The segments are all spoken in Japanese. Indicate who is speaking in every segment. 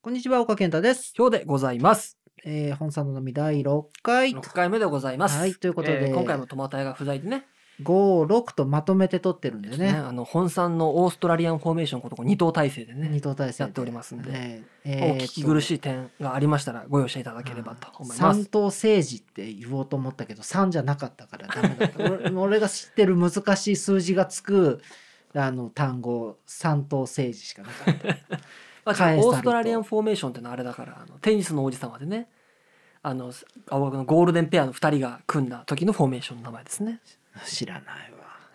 Speaker 1: こんにちは、岡健太です。
Speaker 2: 今日でございます。
Speaker 1: えー、本さんの飲み第6回
Speaker 2: 6、回目でございます。
Speaker 1: はいということで
Speaker 2: 今回もトマタヤが不在でね、
Speaker 1: 5、6とまとめて撮ってるんで
Speaker 2: ね
Speaker 1: ね、
Speaker 2: あの本産のオーストラリアンフォーメーションことこ二頭体制でね、
Speaker 1: 二等体制で
Speaker 2: やっておりますんで
Speaker 1: ね
Speaker 2: お
Speaker 1: え
Speaker 2: 聞き苦
Speaker 1: い
Speaker 2: しい点がありましたらご容赦いただければと思いま
Speaker 1: 三
Speaker 2: す。
Speaker 1: 等政治って言おうと思ったけど、3じゃなかったからダメだった。俺俺が知ってる難しい数字がつく、あの単語、三等政治しかなかった。
Speaker 2: まあ、
Speaker 1: 返したりと
Speaker 2: オーストラリアンフォーメーションってのはあれだから、あのテニスの王子様でね、あの青学のゴールデンペアの二人が組んだ時のフォーメーションの名前ですね。
Speaker 1: 知らないわ。
Speaker 2: や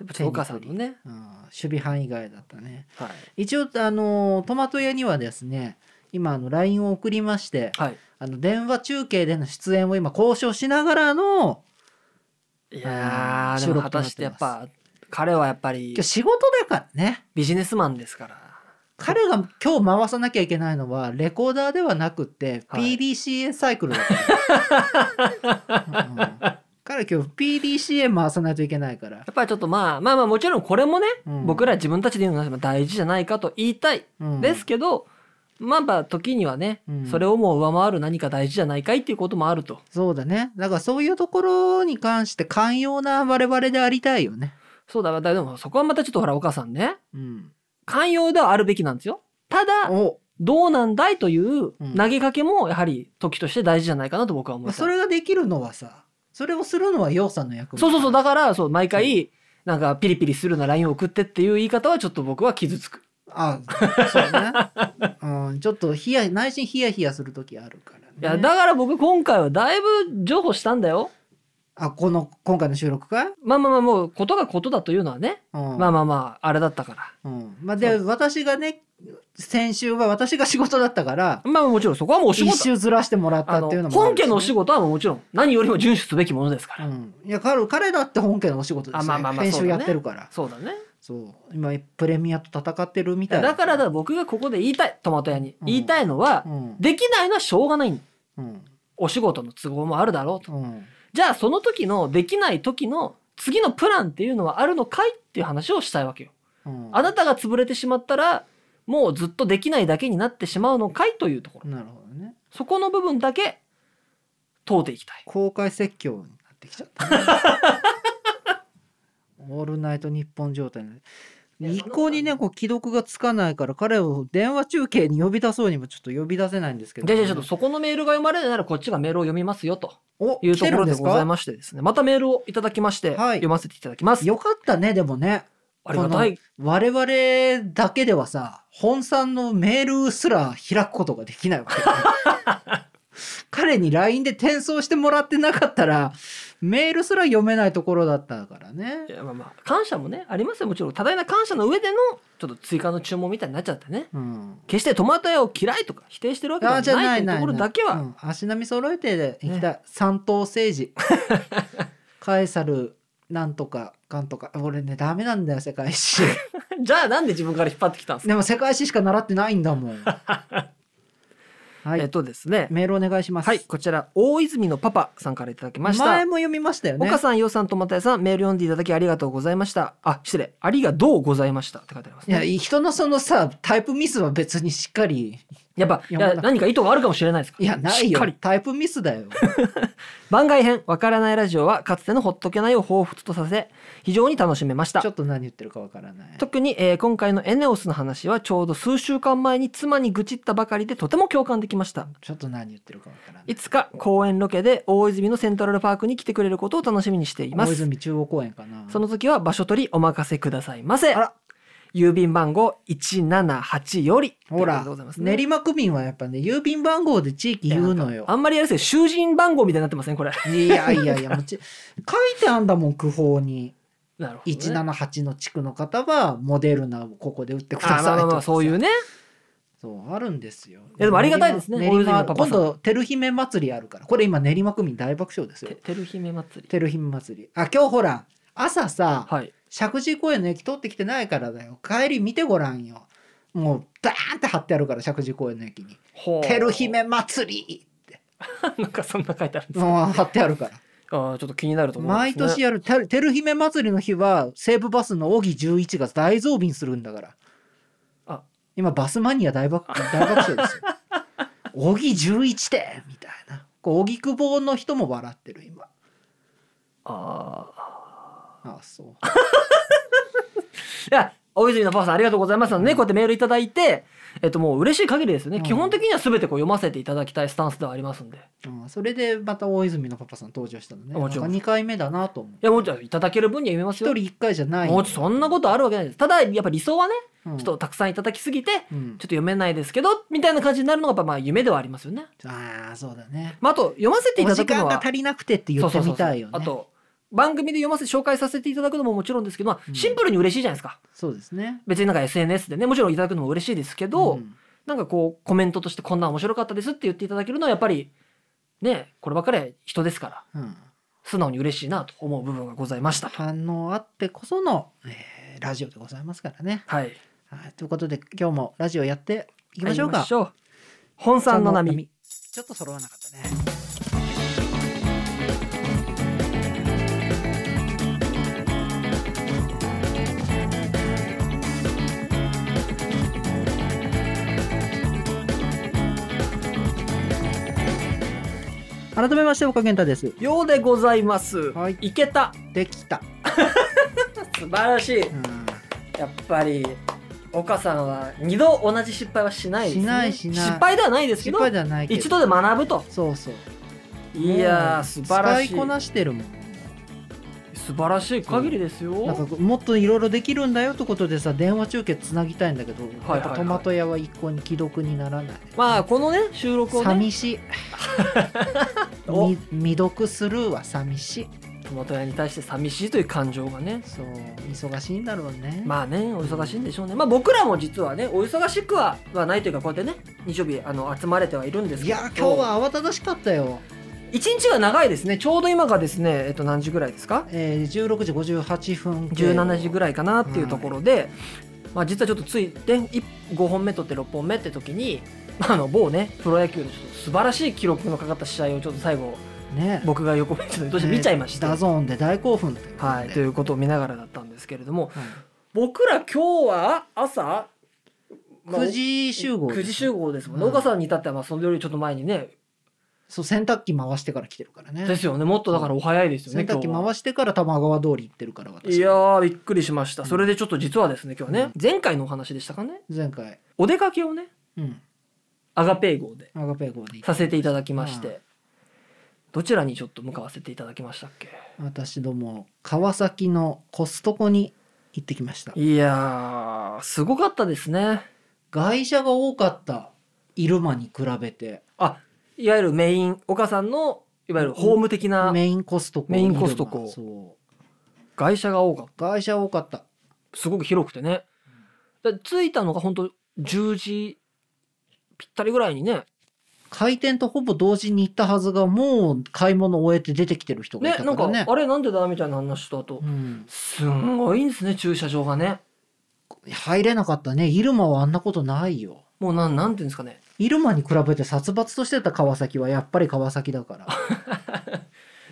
Speaker 2: っぱちょっと岡さんのね、
Speaker 1: うん、守備範囲外だったね。
Speaker 2: はい、
Speaker 1: 一応、あの、トマト屋にはですね、今、あの、LINE を送りまして、
Speaker 2: はい、
Speaker 1: あの電話中継での出演を今交渉しながらの
Speaker 2: いや
Speaker 1: うん
Speaker 2: ーでも果たしてやっぱ彼はやっぱり
Speaker 1: 仕事だからね
Speaker 2: ビジネスマンですから。
Speaker 1: 彼が今日回さなきゃいけないのはレコーダーではなくて
Speaker 2: はい
Speaker 1: PDCA サイクルだ から、うん彼今日 PDCA 回さないといけないから
Speaker 2: や、っぱりちょっとまあまあまあもちろんこれもね、
Speaker 1: うん
Speaker 2: 僕ら自分たちで言うのは大事じゃないかと言いたい
Speaker 1: うん
Speaker 2: ですけど、まあまあ時にはね、
Speaker 1: うん
Speaker 2: それをもう上回る何か大事じゃないかいっていうこともあると
Speaker 1: そうだねだからそういうところに関して寛容な我々でありたいよね、
Speaker 2: そうだだでもそこはまたちょっとほらお母さんね
Speaker 1: うん、
Speaker 2: 寛容ではあるべきなんですよただ
Speaker 1: お
Speaker 2: どうなんだいという
Speaker 1: うん
Speaker 2: 投げかけもやはり時として大事じゃないかなと僕は思い
Speaker 1: まあ
Speaker 2: ます、
Speaker 1: それができるのはさそれをするのは陽さんの役目
Speaker 2: そうそうそうだからそう毎回なんかピリピリするような LINE を送ってっていう言い方はちょっと僕は傷つく
Speaker 1: あそうね、うん、ちょっとヒヤ内心ヒヤヒヤする時あるからね
Speaker 2: いやだから僕今回はだいぶ譲歩したんだよ
Speaker 1: あこの今回の収録か、
Speaker 2: まあまあまあもうことがことだというのはね
Speaker 1: うん
Speaker 2: まあまあまああれだったから
Speaker 1: うんまあ、で私がね先週は私が仕事だったから
Speaker 2: まあもちろんそこはもうお仕
Speaker 1: 一
Speaker 2: 事
Speaker 1: 周ずらしてもらっ
Speaker 2: あ
Speaker 1: た
Speaker 2: の
Speaker 1: っていうのもあ
Speaker 2: 本
Speaker 1: るし
Speaker 2: 家のお仕事はもちろん何よりも遵守すべきものですから、
Speaker 1: うん、いや彼彼だって本家のお仕事です、ね
Speaker 2: あまあまあまあ
Speaker 1: 編
Speaker 2: そ
Speaker 1: 集
Speaker 2: うだ
Speaker 1: や
Speaker 2: ね
Speaker 1: ってるから
Speaker 2: そうだね
Speaker 1: そう,、今プレミアと戦ってるみたい
Speaker 2: だからだ僕がここで言いたいトマト屋に、
Speaker 1: うん
Speaker 2: 言いたいのは、
Speaker 1: うん
Speaker 2: できないのはしょうがない
Speaker 1: うん
Speaker 2: お仕事の都合もあるだろうと
Speaker 1: うん
Speaker 2: じゃあその時のできない時の次のプランっていうのはあるのかいっていう話をしたいわけよ、
Speaker 1: うん、
Speaker 2: あなたが潰れてしまったらもうずっとできないだけになってしまうのかいというところ
Speaker 1: なるほどね
Speaker 2: そこの部分だけ問うていきたい
Speaker 1: 公開説教になってきちゃ ったね、オールナイト日本状態になる
Speaker 2: いや
Speaker 1: 一向にねこう既読がつかないから彼を電話中継に呼び出そうにもちょっと呼び出せないんですけど、
Speaker 2: じゃあじゃあちょっとそこのメールが読まれないならこっちがメールを読みますよと
Speaker 1: お
Speaker 2: いう
Speaker 1: 来
Speaker 2: と
Speaker 1: て
Speaker 2: こ
Speaker 1: る
Speaker 2: ろ
Speaker 1: ん
Speaker 2: で
Speaker 1: です
Speaker 2: ござい
Speaker 1: か
Speaker 2: ましてですねまたメールをいただきまして
Speaker 1: はい
Speaker 2: 読ませていただきます、
Speaker 1: よかったねでもね
Speaker 2: ありがたい
Speaker 1: 我々だけではさ本さんのメールすら開くことができないわけだね 彼に LINE で転送してもらってなかったらメールすら読めないところだったからね
Speaker 2: いやまあまあ感謝もねありますよもちろん多大な感謝の上でのちょっと追加の注文みたいになっちゃってね
Speaker 1: うん
Speaker 2: 決してトマト屋を嫌いとか否定してるわけで
Speaker 1: あ
Speaker 2: は
Speaker 1: ーじゃあ
Speaker 2: な
Speaker 1: ないい
Speaker 2: という
Speaker 1: ない
Speaker 2: ところだけ
Speaker 1: ないう
Speaker 2: は
Speaker 1: ん足並み揃えていきたい、三党政 治カエサルなんとかかんとか俺ねダメなんだよ世界史
Speaker 2: じゃあなんで自分から引っ張ってきたんですか、
Speaker 1: でも世界史しか習ってないんだもんは
Speaker 2: えっ
Speaker 1: い
Speaker 2: とですね
Speaker 1: メールお願いします、
Speaker 2: はいこちら大泉のパパさんからいただきました
Speaker 1: 前も読みましたよね
Speaker 2: 岡さん、ようさん、とまたやさん、メール読んでいただきありがとうございました。あ、失礼。ありがとうございました。って書いてあります、
Speaker 1: いや
Speaker 2: ね。
Speaker 1: 人のそのさタイプミスは別にしっかり
Speaker 2: やっぱ、い
Speaker 1: 読まな
Speaker 2: や
Speaker 1: かった
Speaker 2: 何か意図があるかもしれないですか
Speaker 1: いやない
Speaker 2: しっ
Speaker 1: よ
Speaker 2: かり。
Speaker 1: タイプミスだよ
Speaker 2: 番外編、わからないラジオは、かつてのほっとけないを彷彿とさせ、非常に楽しめました
Speaker 1: ちょ。っと何言ってるかわからない
Speaker 2: 特に、えー今回のエネオスの話は、ちょうど数週間前に妻に愚痴ったばかりで、とても共感できました。
Speaker 1: ちょっと何言ってるかわからない
Speaker 2: いつか公演ロケで大泉のセントラルパークに来てくれることを楽しみにしていま
Speaker 1: 大
Speaker 2: す。
Speaker 1: 泉中央公園かな
Speaker 2: その時は場所取りお任せくださいませ
Speaker 1: あら。
Speaker 2: 郵便番号178より。
Speaker 1: ほ
Speaker 2: と
Speaker 1: ら
Speaker 2: いうことでございますね
Speaker 1: 練馬区民はやっぱね郵便番号で地域言うのよ
Speaker 2: あんまりやるせ囚人番号みたいになってませんこれ。
Speaker 1: いやいやいやもち書いてあんだもん区報に
Speaker 2: なるほど、ね。
Speaker 1: 178の地区の方はモデルナをここで打ってください
Speaker 2: あ
Speaker 1: と
Speaker 2: まあ
Speaker 1: か
Speaker 2: ま
Speaker 1: さ
Speaker 2: あまあそういうね。
Speaker 1: そうあるんですよ
Speaker 2: やでもありがたいですね
Speaker 1: 練馬
Speaker 2: 大泉のパパさ
Speaker 1: 今
Speaker 2: ん
Speaker 1: 度照姫祭りあるからこれ今練馬区民大爆笑ですよ
Speaker 2: ててる姫祭り。
Speaker 1: テルヒム祭りあ今日ほら朝さ
Speaker 2: はい。
Speaker 1: 石神井公園の駅取ってきてないからだよ帰り見てごらんよもうダーンって貼ってあるから石神井公園の駅に「
Speaker 2: ほう
Speaker 1: テルヒ。メ祭り!」って
Speaker 2: なんかそんな書いてあるんです
Speaker 1: もう貼ってあるから
Speaker 2: あーちょっと気になると思うんで
Speaker 1: 毎
Speaker 2: す、ね。
Speaker 1: 年やるテルテルヒメ祭りの日は西武バスの荻11が大増便するんだから
Speaker 2: あ
Speaker 1: 今バスマニア大爆大爆笑ですよ「小木11点!」みたいなこう荻窪の人も笑ってる今
Speaker 2: ああ
Speaker 1: あそう
Speaker 2: いや大泉のパパさんありがとうございますね、こうやってメールいただいてえっともう嬉しい限りですよね、
Speaker 1: うん
Speaker 2: 基本的には全てこう読ませていただきたいスタンスではありますんでい
Speaker 1: あそれでまた大泉のパパさん登場したのね
Speaker 2: もちろん
Speaker 1: 2回目だなと思う
Speaker 2: やもうじゃあいただける分には読めます
Speaker 1: 一人
Speaker 2: よ
Speaker 1: 一回じゃない
Speaker 2: もうちょそんなことあるわけないですただやっぱ理想はね
Speaker 1: うん
Speaker 2: ちょっとたくさんいただきすぎてちょっ
Speaker 1: うん
Speaker 2: と読めないですけどみたいな感じになるのがやっぱまあ夢ではありますよね、
Speaker 1: ああそうだね
Speaker 2: まあ、あと読ませてい
Speaker 1: お
Speaker 2: ただ
Speaker 1: 時
Speaker 2: くの
Speaker 1: 間
Speaker 2: は
Speaker 1: が足りなくてって言ってみたいよね
Speaker 2: そうそうそうあと番組で読ませて紹介させていただくのももちろんですけど、ま
Speaker 1: う
Speaker 2: あ、
Speaker 1: ん
Speaker 2: シンプルに嬉しいじゃないですか、
Speaker 1: そうですね
Speaker 2: 別になんか SNS でねもちろんいただくのも嬉しいですけど、
Speaker 1: ん
Speaker 2: なんかこうコメントとしてこんな面白かったですって言っていただけるのはやっぱりねこればっかりは人ですから
Speaker 1: うん
Speaker 2: 素直に嬉しいなと思う部分がございましたと。
Speaker 1: 反応あってこその、えーラジオでございますからね
Speaker 2: はい、行
Speaker 1: はいということで今日もラジオやっていき
Speaker 2: き
Speaker 1: ましょうか
Speaker 2: 本さんの波
Speaker 1: ちょっと揃わなかったね改めまして岡健太です
Speaker 2: ようでございます。
Speaker 1: はい
Speaker 2: いけた
Speaker 1: できた、
Speaker 2: 素晴らしい
Speaker 1: うん
Speaker 2: やっぱり岡さんは二度同じ失敗はしないです、ね、
Speaker 1: しないしない
Speaker 2: 失敗ではないですけ
Speaker 1: 失
Speaker 2: ど
Speaker 1: 敗ではないけど
Speaker 2: 一度で学ぶと
Speaker 1: そうそう
Speaker 2: いやー
Speaker 1: もう
Speaker 2: 素晴らしい
Speaker 1: 使いこなしてるもん
Speaker 2: 素晴らしい限りですよ
Speaker 1: なんかもっといろいろできるんだよってことでさ電話中継つなぎたいんだけど、
Speaker 2: はいはい
Speaker 1: やっぱトマト屋は一向に既読にならない、
Speaker 2: まあこのね収録をね
Speaker 1: 寂しい
Speaker 2: お
Speaker 1: み未読スルーは寂しい
Speaker 2: トマト屋に対して寂しいという感情がね
Speaker 1: そう忙しいんだろうね、
Speaker 2: まあねお忙しいんでしょうねまあ僕らも実はねお忙しくははないというかこうやってね日曜日あの集まれてはいるんです
Speaker 1: い
Speaker 2: けど
Speaker 1: や今日は慌ただしかったよ、
Speaker 2: 一日が長いですねちょうど今がですねえっと何時ぐらいですか
Speaker 1: えー、16時58分
Speaker 2: 17時ぐ
Speaker 1: らい
Speaker 2: らいかなっていうところで、まあ、実はちょっとついで5本目取って6本目って時にまああの某ねプロ野球のちょっと素晴らしい記録のかかった試合をちょっと最後
Speaker 1: ね
Speaker 2: 僕が横目ちょっと どうしても見ちゃいました、
Speaker 1: ねダゾーンで大興奮ということで
Speaker 2: はい、ということを見ながらだったんですけれども
Speaker 1: はい
Speaker 2: 僕ら今日は朝、まあ
Speaker 1: 9時集合です
Speaker 2: 9時集合ですもんね
Speaker 1: うん
Speaker 2: 岡さんに至ってはまあそれよりちょっと前にね
Speaker 1: そう洗濯機回してから来てるからね
Speaker 2: ですよねもっとだからお早いですよね
Speaker 1: 洗濯機
Speaker 2: 今日は
Speaker 1: 回してから玉川通り行ってるから私
Speaker 2: いやーびっくりしました
Speaker 1: うん
Speaker 2: それでちょっと実はですね今日はね、
Speaker 1: うん
Speaker 2: 前回のお話でしたかね
Speaker 1: 前回
Speaker 2: お出かけをね
Speaker 1: うん
Speaker 2: アガペー号で
Speaker 1: アガペ号で行
Speaker 2: さ
Speaker 1: っ
Speaker 2: せていただきまして、
Speaker 1: うん
Speaker 2: どちらにちょっと向かわせていただきましたっけ
Speaker 1: 私ども川崎のコストコに行ってきました
Speaker 2: いやーすごかったですね
Speaker 1: 外車が多かったイルマに比べて
Speaker 2: あいわゆるメイン岡さんのいわゆるホーム的な
Speaker 1: メインコストコ
Speaker 2: メインコストコ
Speaker 1: イルマそう
Speaker 2: 外車が多かった
Speaker 1: 外車多かった
Speaker 2: すごく広くてねで着いたのが本当10時ぴったりぐらいにね
Speaker 1: 開店とほぼ同時に行ったはずがもう買い物終えて出てきてる人がい
Speaker 2: ね
Speaker 1: た
Speaker 2: な
Speaker 1: か
Speaker 2: んから
Speaker 1: ね
Speaker 2: あれなんでだみたいな話とあと
Speaker 1: うん、
Speaker 2: すんごいんですね駐車場がね
Speaker 1: 入れなかったねイルマはあんなことないよ
Speaker 2: もうなんなんていうんですかね
Speaker 1: イルマに比べて殺伐としてた川崎はやっぱり川崎だから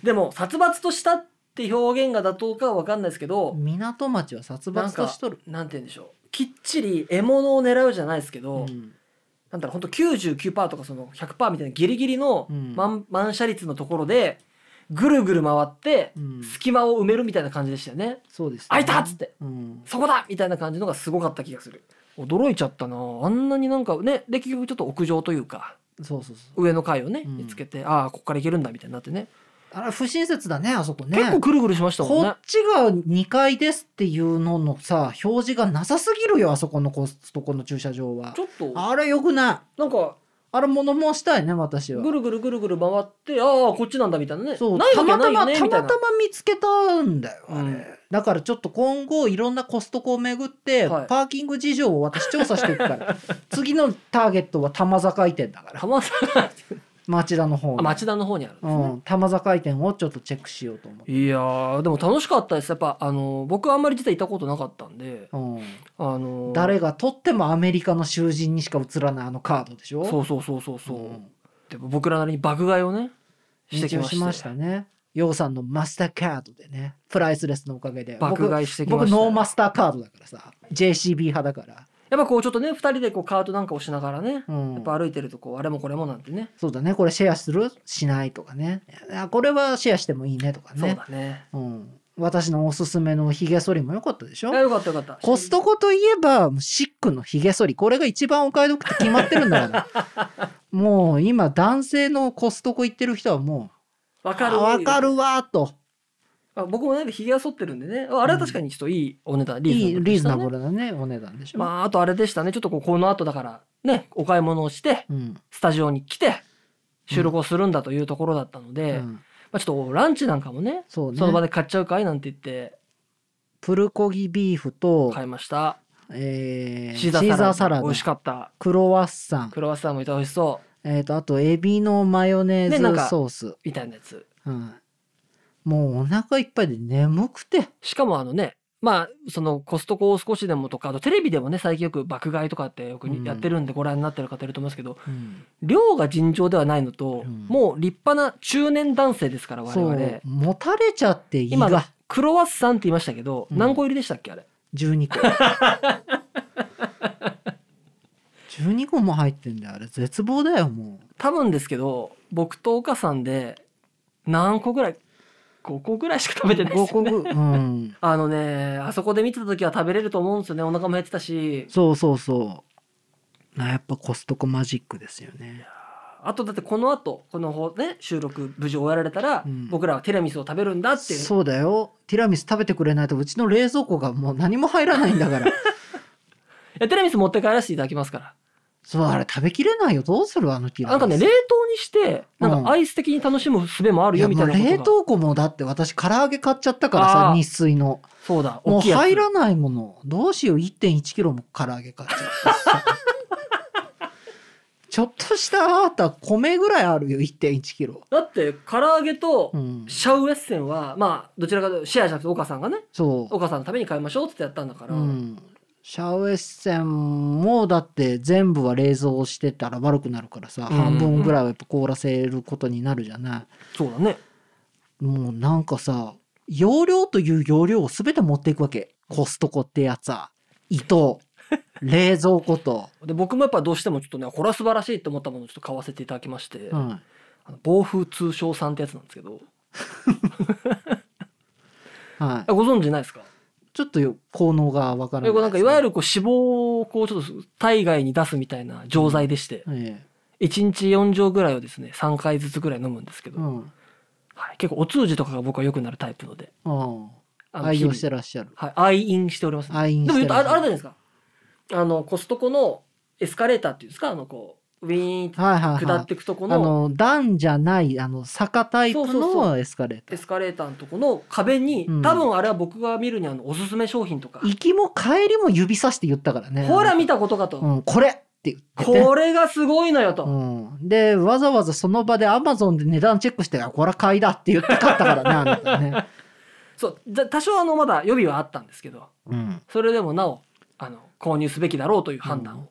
Speaker 2: でも殺伐としたって表現が妥当かは分かんないですけど、
Speaker 1: 港町は殺伐としとる、
Speaker 2: なんて言うんでしょうきっちり獲物を狙うじゃないですけ
Speaker 1: う
Speaker 2: ど、
Speaker 1: ん、
Speaker 2: なんだろう本当99%とかその100%みたいなギリギリの
Speaker 1: うん
Speaker 2: 満,、満車率のところでぐるぐる回って
Speaker 1: うん
Speaker 2: 隙間を埋めるみたいな感じでしたよね。
Speaker 1: そうです、ね、
Speaker 2: 開いたっつって
Speaker 1: うん、
Speaker 2: そこだみたいな感じのがすごかった気がする驚いちゃったなあんなになんかねで結局ちょっと屋上というか
Speaker 1: そうそうそう
Speaker 2: 上の階をね、
Speaker 1: うん
Speaker 2: 見つけてああここから行けるんだみたいになってね
Speaker 1: あれ不親切だねあそこね
Speaker 2: 結構くるぐるしましたもん
Speaker 1: こ
Speaker 2: ね
Speaker 1: っちが2階ですっていうののさ表示がなさすぎるよあそこのコストコの駐車場は
Speaker 2: ちょっと
Speaker 1: あれよくない
Speaker 2: なんか
Speaker 1: あれ物申したいね私は
Speaker 2: ぐるぐるぐるぐる回ってああこっちなんだみたいなね
Speaker 1: そう
Speaker 2: ない
Speaker 1: た
Speaker 2: わけ
Speaker 1: ま
Speaker 2: な
Speaker 1: た
Speaker 2: いよ
Speaker 1: ま
Speaker 2: ね
Speaker 1: た
Speaker 2: みたい
Speaker 1: ま
Speaker 2: な
Speaker 1: たま見つけたんだよあれ、
Speaker 2: うん
Speaker 1: だからちょっと今後いろんなコストコを巡って、
Speaker 2: はい
Speaker 1: パーキング事情を私調査していくから 次のターゲットは玉坂移転だから
Speaker 2: たまたま
Speaker 1: 町田の方
Speaker 2: あ
Speaker 1: に
Speaker 2: 町田の方にあるんです
Speaker 1: う
Speaker 2: ね、
Speaker 1: ん、玉座回転をちょっとチェックしようと思って。
Speaker 2: いやーでも楽しかったですやっぱあの僕はあんまり実は行ったことなかったんで
Speaker 1: う
Speaker 2: あの
Speaker 1: ん、誰が取ってもアメリカの囚人にしか映らないあのカードでしょ
Speaker 2: そうそうそうそうそう、
Speaker 1: ん
Speaker 2: で僕らなりに爆買いをねして
Speaker 1: 一
Speaker 2: き
Speaker 1: 応
Speaker 2: まして
Speaker 1: しましたね。ヨウさんのマスターカードでねプライスレスのおかげで
Speaker 2: 爆買いしてきま
Speaker 1: 僕
Speaker 2: した
Speaker 1: 僕ノーマスターカードだからさ JCB 派だから
Speaker 2: やっぱこうちょっとね2人でこうカートなんかをしながらね
Speaker 1: うん、
Speaker 2: やっぱ歩いてるとこうあれもこれもなんてね
Speaker 1: そうだねこれシェアするしないとかねあこれはシェアしてもいいねとか
Speaker 2: そう
Speaker 1: ね
Speaker 2: だね
Speaker 1: うん、私のおすすめのひげ剃りも良かったでしょ
Speaker 2: あよかったよかった
Speaker 1: コストコといえばシックのひげ剃りこれが一番お買い得って決まってるんだから もう今男性のコストコ行ってる人はも
Speaker 2: わ
Speaker 1: う
Speaker 2: かる
Speaker 1: あわかるわーと
Speaker 2: あ僕もねひげは剃ってるんでねああれは確かにちょっといいお値段
Speaker 1: いいリーズナ
Speaker 2: ルでしたね
Speaker 1: ブルなねお値段でしょ、
Speaker 2: まああとあれでしたねちょっとこうこの後だからねお買い物をして
Speaker 1: うん
Speaker 2: スタジオに来て収録をするんだというところだったの
Speaker 1: う
Speaker 2: で、ま
Speaker 1: ん、
Speaker 2: あ、ちょっとランチなんかもね
Speaker 1: そうね
Speaker 2: その場で買っちゃうかいなんて言って
Speaker 1: プルコギビーフと、
Speaker 2: 買いました、
Speaker 1: えーシ
Speaker 2: シ
Speaker 1: ー
Speaker 2: ーザーサラダ
Speaker 1: ザーサラダ
Speaker 2: 美味しかった
Speaker 1: クロワッサン
Speaker 2: クロワッサンもいて美味しそ
Speaker 1: えー、とあとエビのマヨネー
Speaker 2: ねなん
Speaker 1: ズ
Speaker 2: か
Speaker 1: ソース、
Speaker 2: うみたいなやつ
Speaker 1: うん、もうお腹いっぱいで眠くて
Speaker 2: しかもあのねまあそのコストコを少しでもとかあとテレビでもね最近よく爆買いとかってよく
Speaker 1: うん
Speaker 2: やってるんでご覧になってる方いると思いますけど、
Speaker 1: うん
Speaker 2: 量が尋常ではないのと、
Speaker 1: うん
Speaker 2: もう立派な中年男性ですから我
Speaker 1: そ
Speaker 2: 々
Speaker 1: うもたれちゃって胃
Speaker 2: 今
Speaker 1: が
Speaker 2: クロワッサンって言いましたけど、
Speaker 1: うん
Speaker 2: 何個入りでしたっけあれ
Speaker 1: 12個 12個も入ってんだよあれ絶望だよも
Speaker 2: 多分ですけど僕と岡さんで何個ぐらい5個ぐらいしか食べ
Speaker 1: う
Speaker 2: てないで
Speaker 1: 5
Speaker 2: すよ
Speaker 1: 個
Speaker 2: ね
Speaker 1: ぐうん
Speaker 2: あのねあそこで見てた時は食べれると思うんですよねお腹も減ってたし
Speaker 1: そうそうそうなやっぱコストコマジックですよね
Speaker 2: あとだってこの後この方ね収録無事終えられたら、
Speaker 1: うん
Speaker 2: 僕らはティラミスを食べるんだっていう
Speaker 1: そうだよティラミス食べてくれないとうちの冷蔵庫がもう何も入らないんだから
Speaker 2: いやティラミス持って帰らせていただきますから
Speaker 1: そうあれ食べきれないよどうするあのティラ
Speaker 2: な
Speaker 1: ミ
Speaker 2: ん
Speaker 1: ス
Speaker 2: かね冷凍にしてなん
Speaker 1: うん
Speaker 2: かアイス的に楽しむ術もある
Speaker 1: い
Speaker 2: よ
Speaker 1: や
Speaker 2: み
Speaker 1: も
Speaker 2: たいうなことが、
Speaker 1: 冷凍庫もだって私唐揚げ買っちゃったからさ
Speaker 2: あー
Speaker 1: 日水の
Speaker 2: そうだ
Speaker 1: も
Speaker 2: 大
Speaker 1: う
Speaker 2: きいやつ
Speaker 1: 入らないものどうしよう1 1キロも唐揚げ買っちゃったしさちょっとしたあなた米ぐらいあるよ1 1キロ
Speaker 2: だって唐揚げと
Speaker 1: うん
Speaker 2: シャウエッセンはまあどちらかというとシェアじゃなくて岡さんがね
Speaker 1: そ
Speaker 2: 岡さんのために買いましょうってやったんだか
Speaker 1: う、
Speaker 2: ら、
Speaker 1: うん、シャウエッセンもだって全部は冷蔵してたら悪くなるからさ、
Speaker 2: うん
Speaker 1: 半分ぐらいはやっぱ凍らせることになるじゃない
Speaker 2: そうだね
Speaker 1: もうなんかさ容量という容量を全て持っていくわけコストコってやつは糸冷蔵庫 と、
Speaker 2: で僕もやっぱどうしてもちょっとねこれは素晴らしいと思ったものをちょっと買わせていただきまして、
Speaker 1: うん、
Speaker 2: あの暴風通商さんってやつなんですけど
Speaker 1: はい
Speaker 2: あご存知ないですか
Speaker 1: ちょっとよ効能がわからない
Speaker 2: い,、なんかいわゆ
Speaker 1: る、
Speaker 2: るこう脂肪をこうちょっと体外に出すみたいな錠剤でして、
Speaker 1: え
Speaker 2: 1日4錠ぐらいをですね3回ずつぐらい飲むんですけ
Speaker 1: え
Speaker 2: ど、
Speaker 1: うん
Speaker 2: はい、結構お通じとかが僕は良くなるタイプので
Speaker 1: うん、
Speaker 2: あの
Speaker 1: 愛用し
Speaker 2: 日
Speaker 1: て
Speaker 2: 々
Speaker 1: らっしゃる
Speaker 2: はい愛飲しております、ね、
Speaker 1: 愛飲
Speaker 2: で
Speaker 1: し
Speaker 2: も
Speaker 1: て
Speaker 2: 言うとあ
Speaker 1: らっ
Speaker 2: あ
Speaker 1: しゃ
Speaker 2: れじゃない
Speaker 1: る
Speaker 2: ですかあのコストコのエスカレーターっていうんですかあのこうウィーンって
Speaker 1: はいはい
Speaker 2: 下
Speaker 1: は
Speaker 2: っ
Speaker 1: い
Speaker 2: ていくとこ
Speaker 1: あ
Speaker 2: の
Speaker 1: の段じゃないあの坂タイプ
Speaker 2: そうそうそ
Speaker 1: のエスカレータ
Speaker 2: エ
Speaker 1: ー
Speaker 2: スカレーターのとこの壁に、
Speaker 1: うん
Speaker 2: 多分あれは僕が見るにあのおすすめ商品とか、
Speaker 1: 行きも帰りも指さして言ったからね
Speaker 2: ほら見
Speaker 1: た、
Speaker 2: たことかと、
Speaker 1: うん、これって言って、ね
Speaker 2: これがすごいのよと、
Speaker 1: うん、でわざわざその場でアマゾンで値段チェックしてあこれは買いだって言って買ったからねあなた ね、
Speaker 2: そうじゃ多少あのまだ予備はあったんですけど
Speaker 1: うん、
Speaker 2: それでもなおあの購入すべきだろうという判断を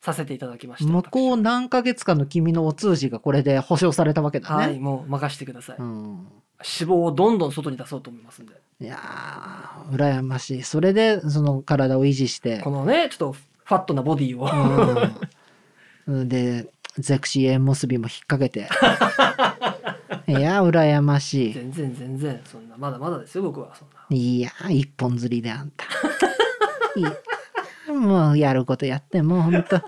Speaker 2: させていただきました、
Speaker 1: 向こう何ヶ月かの君のお通じがこれで保証されたわけ
Speaker 2: 私
Speaker 1: だね、
Speaker 2: はいもう任せてください、
Speaker 1: うん
Speaker 2: 脂肪をどんどん外に出そうと思いますんで
Speaker 1: いやー羨ましいそれでその体を維持して
Speaker 2: このねちょっとファットなボディを、
Speaker 1: うんでゼクシー縁結びも引っ掛け ていやー羨まし
Speaker 2: 全然全然そんなまだまだですよ僕はそんない
Speaker 1: いやー一本釣りであん たいやもうやることやってもうほんと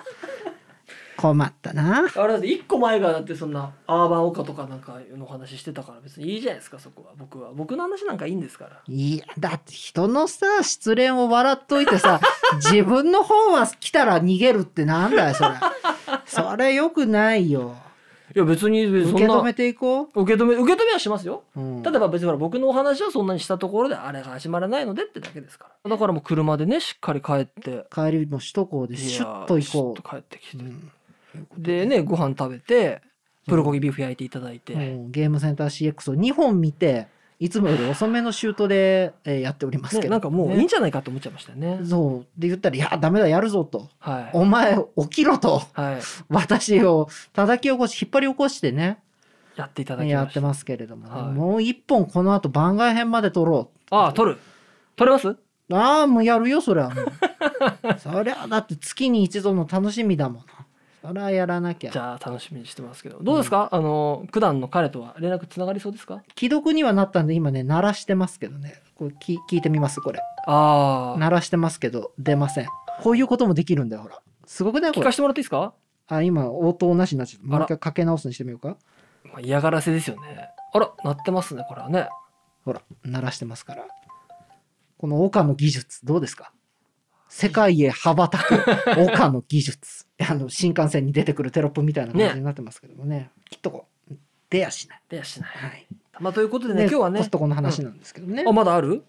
Speaker 1: 困ったな
Speaker 2: あれだって1個前がだってそんなアーバンオカとかなんかの話してたから別にいいじゃないですかそこは僕は僕の話なんかいいんですから
Speaker 1: いやだって人のさ失恋を笑っといて さ自分の方は来たら逃げるってなんだよそれそれよくないよ
Speaker 2: いや別に
Speaker 1: 受
Speaker 2: そん
Speaker 1: け
Speaker 2: な
Speaker 1: 止めていこう
Speaker 2: 受け止め受け止めはしますよ
Speaker 1: うん
Speaker 2: ただまあ別にほら僕のお話はそんなにしたところであれが始まらないのでってだけですからだからもう車でねしっかり帰って
Speaker 1: 帰りも首都高でシュッと行こ
Speaker 2: いやーシュッと帰ってき
Speaker 1: う
Speaker 2: て、
Speaker 1: うん
Speaker 2: でねご飯食べてプルコギビーフ焼いていただいて、
Speaker 1: うんゲームセンター CX を2本見ていつもより遅めのシュートで、えーやっておりますけ
Speaker 2: ね、
Speaker 1: ど、
Speaker 2: なんかもういいんじゃないかと思っちゃいましたよね
Speaker 1: そうで言ったら「いやダメだやるぞ」と「
Speaker 2: はい
Speaker 1: お前起きろ」と
Speaker 2: はい
Speaker 1: 私を叩き起こし引っ張り起こしてね
Speaker 2: やっていただきました
Speaker 1: やってますけれどもね、
Speaker 2: はい
Speaker 1: もう一本この後番外編まで撮ろ
Speaker 2: ああ撮る撮れます
Speaker 1: ああもうやるよそりゃも うそりゃだって月に一度の楽しみだものそりゃやらなきゃ
Speaker 2: じゃあ楽しみにしてますけどどうですか、あの九段の彼とは連絡つながりそうですか
Speaker 1: 既読にはなったんで今ね鳴らしてますけどねこれ聞聞いてみますこれ
Speaker 2: ああ
Speaker 1: 鳴らしてますけど出ませんこういうこともできるんだよほらすごくないこ
Speaker 2: 聞
Speaker 1: れ
Speaker 2: かせてもらっていいですか、
Speaker 1: あ今応答なしになっちゃったもう
Speaker 2: あら
Speaker 1: 一回かけ直すにしてみようか
Speaker 2: まあ、嫌がらせですよねあら鳴ってますねこれはね
Speaker 1: ほら鳴らしてますからこの岡の技術どうですか世界へ羽ばたく岡の技術 あの新幹線に出てくるテロップみたいな感じになってますけどもねきっとこう出やしない、
Speaker 2: でしない
Speaker 1: はい
Speaker 2: まあということでね今日はね
Speaker 1: コストコの話なんですけどね、
Speaker 2: あまだある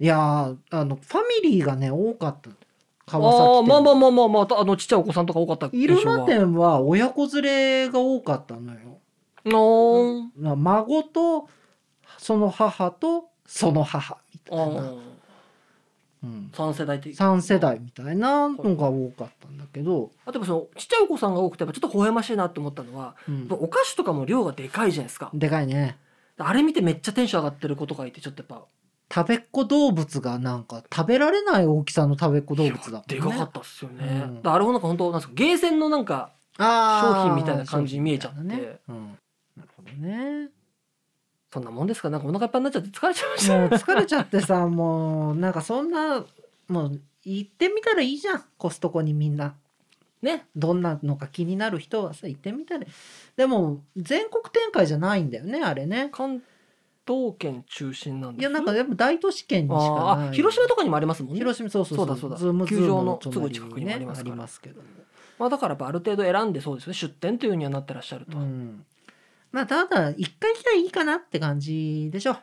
Speaker 1: いやーあのファミリーがね多かった
Speaker 2: ああ
Speaker 1: 川崎
Speaker 2: ー
Speaker 1: 店
Speaker 2: まあまあまあまあまああのちっちゃいお子さんとか多かった
Speaker 1: 入間店は親子連れが多かったのよ
Speaker 2: の
Speaker 1: まあ孫とその母とその母みたいな、うん、
Speaker 2: 三世代的
Speaker 1: 3世代みたいなのが多かったんだけど、
Speaker 2: あとやっぱそのちっちゃいお子さんが多くてやっぱちょっと微笑ましいなって思ったのは
Speaker 1: うん
Speaker 2: お菓子とかも量がでかいじゃないですか
Speaker 1: でかいね
Speaker 2: あれ見てめっちゃテンション上がってる子とかいてちょっとやっ
Speaker 1: 食べっ子動物がなんか食べられない大きさの食べっ子
Speaker 2: ぱ
Speaker 1: 動物だった
Speaker 2: でかかったっすよね、
Speaker 1: うん
Speaker 2: だからあれもなんか本当なんですかゲーセンのなんか
Speaker 1: あー
Speaker 2: 商品みたいな感じに見えちゃって
Speaker 1: 商品みたいなね、うん、なるほどね
Speaker 2: そんなもんですかなんかお腹いっぱいになっちゃって疲れちゃいました
Speaker 1: もう疲れちゃってさ もうなんかそんなもう行ってみたらいいじゃんコストコにみんな
Speaker 2: ね
Speaker 1: どんなのか気になる人はさ行ってみたらでも全国展開じゃないんだよねあれね
Speaker 2: 関東圏中心なんです
Speaker 1: いやなんかでも大都市圏にしか
Speaker 2: あ
Speaker 1: な
Speaker 2: ーあ
Speaker 1: い
Speaker 2: 広島とかにもありますもんね
Speaker 1: 広島そうそう
Speaker 2: そうだそうだ
Speaker 1: ズーム
Speaker 2: 球
Speaker 1: ズー
Speaker 2: 場
Speaker 1: ム
Speaker 2: の
Speaker 1: 隣
Speaker 2: すぐ近くにもありますから
Speaker 1: ねありますけども
Speaker 2: まあ、だからやっぱある程度選んでそうですね出店というようにはなってらっしゃると、
Speaker 1: うんまあただ一回来たらいいかなって感じでしょ、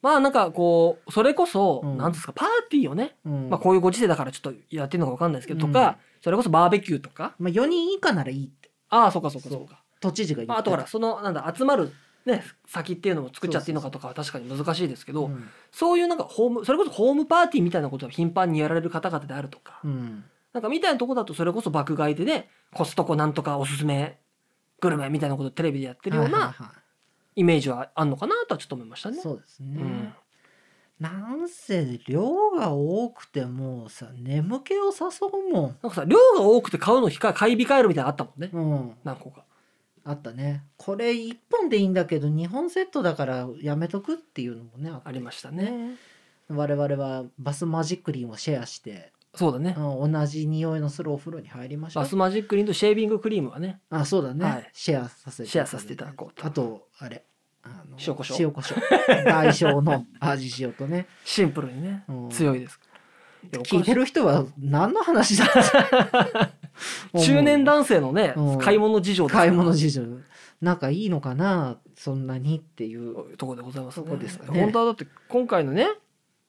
Speaker 2: まあなんかこうそれこそ
Speaker 1: うん
Speaker 2: 何ですかパーティーをね、
Speaker 1: うん
Speaker 2: まあ、こういうご時世だからちょっとやってるのか分かんないですけど、と
Speaker 1: うん
Speaker 2: かそれこそバーベキューとか
Speaker 1: まあ、4人以下ならいいって
Speaker 2: ああそうかそうかそうか
Speaker 1: 都知事が言って
Speaker 2: まあ、あとほらそのなんだ集まる、ね、先っていうのも作っちゃっていいのかとかは確かに難しいですけど
Speaker 1: う
Speaker 2: そう,、
Speaker 1: ん
Speaker 2: いうなんかホームそれこそホームパーティーみたいなことを頻繁にやられる方々であるとか、
Speaker 1: うん
Speaker 2: なんかみたいなとこだとそれこそ爆買いでねコストコなんとかおすすめグルメみたいなことテレビでやってるよう
Speaker 1: はいはい
Speaker 2: な
Speaker 1: はい
Speaker 2: イメージはあんのかなとはちょっと思いましたね。
Speaker 1: そうですね、
Speaker 2: うん
Speaker 1: なんせ量が多くてもうさ眠気を誘うもん、
Speaker 2: なんかさ量が多くて買うの控え買い控えるみたいなのあったもんね
Speaker 1: うん、
Speaker 2: 何個か。
Speaker 1: あったねこれ1本でいいんだけど2本セットだからやめとくっていうのもねあって
Speaker 2: ありましたね。
Speaker 1: 我々はバスマジックリンをシェアして、
Speaker 2: そうだね。
Speaker 1: うん、同じ匂いのするお風呂に入りましょ
Speaker 2: バ
Speaker 1: う
Speaker 2: スマジックリンとシェービングクリームはね。
Speaker 1: あそうだね、
Speaker 2: はい
Speaker 1: シェアさせて
Speaker 2: シェアさせていただこうと
Speaker 1: あとあれあの
Speaker 2: 塩コショウ
Speaker 1: 塩コシ ョウ大小の味塩とね、
Speaker 2: シンプルにね
Speaker 1: うん
Speaker 2: 強いです。いやお菓子
Speaker 1: 聞いてる人は何の話だって
Speaker 2: 中年男性のね
Speaker 1: うん
Speaker 2: 買い物事情ですから
Speaker 1: 買い物事情仲いいのかなそんなにっていう、
Speaker 2: ところでございますね。
Speaker 1: とこですかね
Speaker 2: 本当はだって今回のね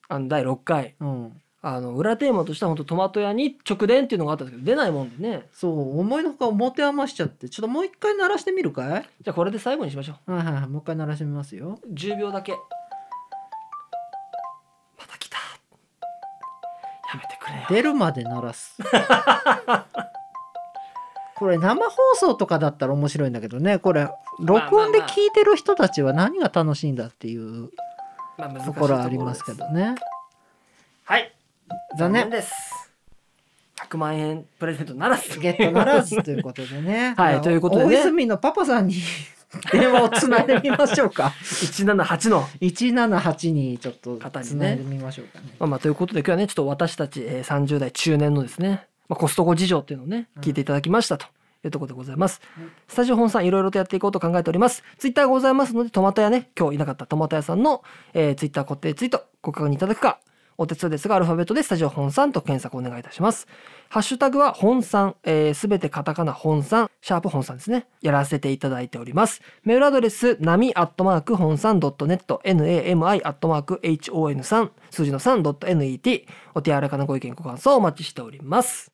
Speaker 2: あの第6回
Speaker 1: うん、
Speaker 2: あの裏テーマとしては本当トマト屋に直伝っていうのがあったんですけど出ないもんでね
Speaker 1: そう思いのほか持て余しちゃってちょっともう一回鳴らしてみるかいはい
Speaker 2: じゃあこれで最後にしましょ
Speaker 1: はいはいもう一回鳴らしてみますよ
Speaker 2: う10秒だけまた来たやめてくれよ
Speaker 1: 出るまで鳴ら すこれ生放送とかだったら面白いんだけどねこれ録音で聞いてる人たちは何が楽しいんだっていう
Speaker 2: まあ難しい
Speaker 1: と
Speaker 2: こ
Speaker 1: こ
Speaker 2: ろ
Speaker 1: ろありますけどね
Speaker 2: はい
Speaker 1: 残念
Speaker 2: です100万円プレゼントならず
Speaker 1: ゲット ならずということで ね
Speaker 2: はいということでね
Speaker 1: 大泉のパパさんに電話をつないでみましょう か
Speaker 2: 178の
Speaker 1: 178にちょっと
Speaker 2: 方にね
Speaker 1: つないでみましょうかね。
Speaker 2: まあまあということで今日はねちょっと私たちえー30代中年のですね、まあ、コストコ事情っていうのをね
Speaker 1: うん
Speaker 2: 聞いていただきましたと。いうところでございます
Speaker 1: うん。
Speaker 2: スタジオ本さんいろいろとやっていこうと考えております。ツイッターがございますので、トマト屋ね、今日いなかったトマト屋さんの、えーツイッター固定ツイートご確認いただくか、お手数ですが、アルファベットでスタジオ本さんと検索お願いいたします。ハッシュタグは本さん、えすべてカタカナ本さん、シャープ本さんですね。やらせていただいております。メールアドレス、なみアットマーク本さん .net、nami アットマーク hon3、数字の 3.net、お手柔らかなご意見、ご感想をお待ちしております。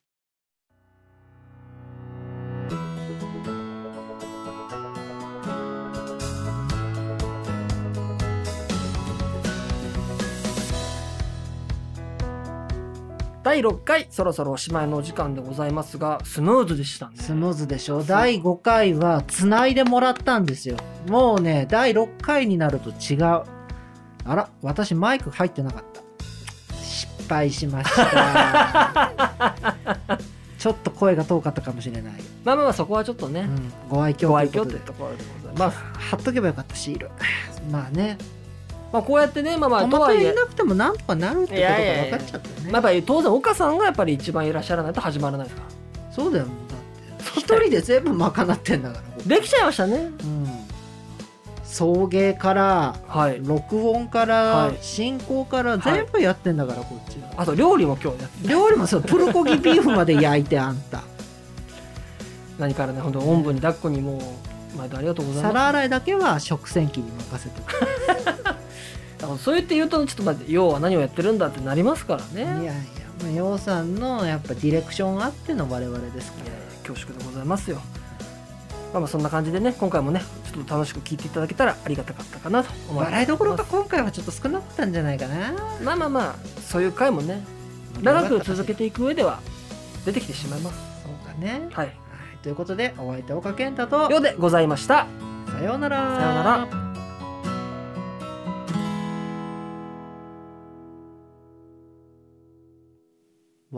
Speaker 2: 第6回、そろそろおしまいのお時間でございますが、スムーズでしたね。
Speaker 1: スムーズでしょ第5回はつないでもらったんですよ。もうね第6回になると違う。あら私マイク入ってなかった。失敗しました ちょっと声が遠かったかもしれない、
Speaker 2: まあまあまあそこはちょっと
Speaker 1: う
Speaker 2: ね、
Speaker 1: ん、ご愛
Speaker 2: ご
Speaker 1: 嬌
Speaker 2: 愛
Speaker 1: という
Speaker 2: 嬌
Speaker 1: ことと
Speaker 2: いう
Speaker 1: で
Speaker 2: ところでござい
Speaker 1: まあ
Speaker 2: ます。
Speaker 1: 貼っとけばよかったシールまあね
Speaker 2: まあこうやってねまあまあ
Speaker 1: ト
Speaker 2: と
Speaker 1: マ
Speaker 2: は
Speaker 1: ト
Speaker 2: い
Speaker 1: い
Speaker 2: え、
Speaker 1: なくてもなんとかなるってことが分かっちゃったよね
Speaker 2: まあ、やっぱり当然岡さんがやっぱり一番いらっしゃらないと始まらないですか
Speaker 1: そうだよもうだって
Speaker 2: そう
Speaker 1: 一人で全部賄ってんだから
Speaker 2: ら。できちゃいましたね。
Speaker 1: うん送迎から
Speaker 2: はい。
Speaker 1: 録音から、
Speaker 2: はい
Speaker 1: 進行から
Speaker 2: はい
Speaker 1: 全部やってんだから、こっちは
Speaker 2: あと料理も今日ね
Speaker 1: 料理もそうプルコギビーフまで焼いてあん た
Speaker 2: 何からね本当おんぶに抱っこにもう毎度ありがとうございます。
Speaker 1: 皿洗いだけは食洗機に任せて
Speaker 2: だからそう言って言うとちょっと待って要は何をやってるんだってなりますからね。い
Speaker 1: いやいや、まあ、洋さんのやっぱディレクションあっての我々ですか
Speaker 2: やいや恐縮でございますよ。まあまあそんな感じでね今回もねちょっと楽しく聞いていただけたらありがたかったかなと思
Speaker 1: ら
Speaker 2: います。
Speaker 1: 笑いどころか今回はちょっと少なかったんじゃないかな
Speaker 2: まあまあまあそういう回もね長く続けていく上では出てきてしまいます。
Speaker 1: そうかね、
Speaker 2: はい。
Speaker 1: はい、ということでお相手岡健太と
Speaker 2: ようでございました。
Speaker 1: さようなら
Speaker 2: さようなら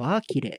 Speaker 1: わあ綺麗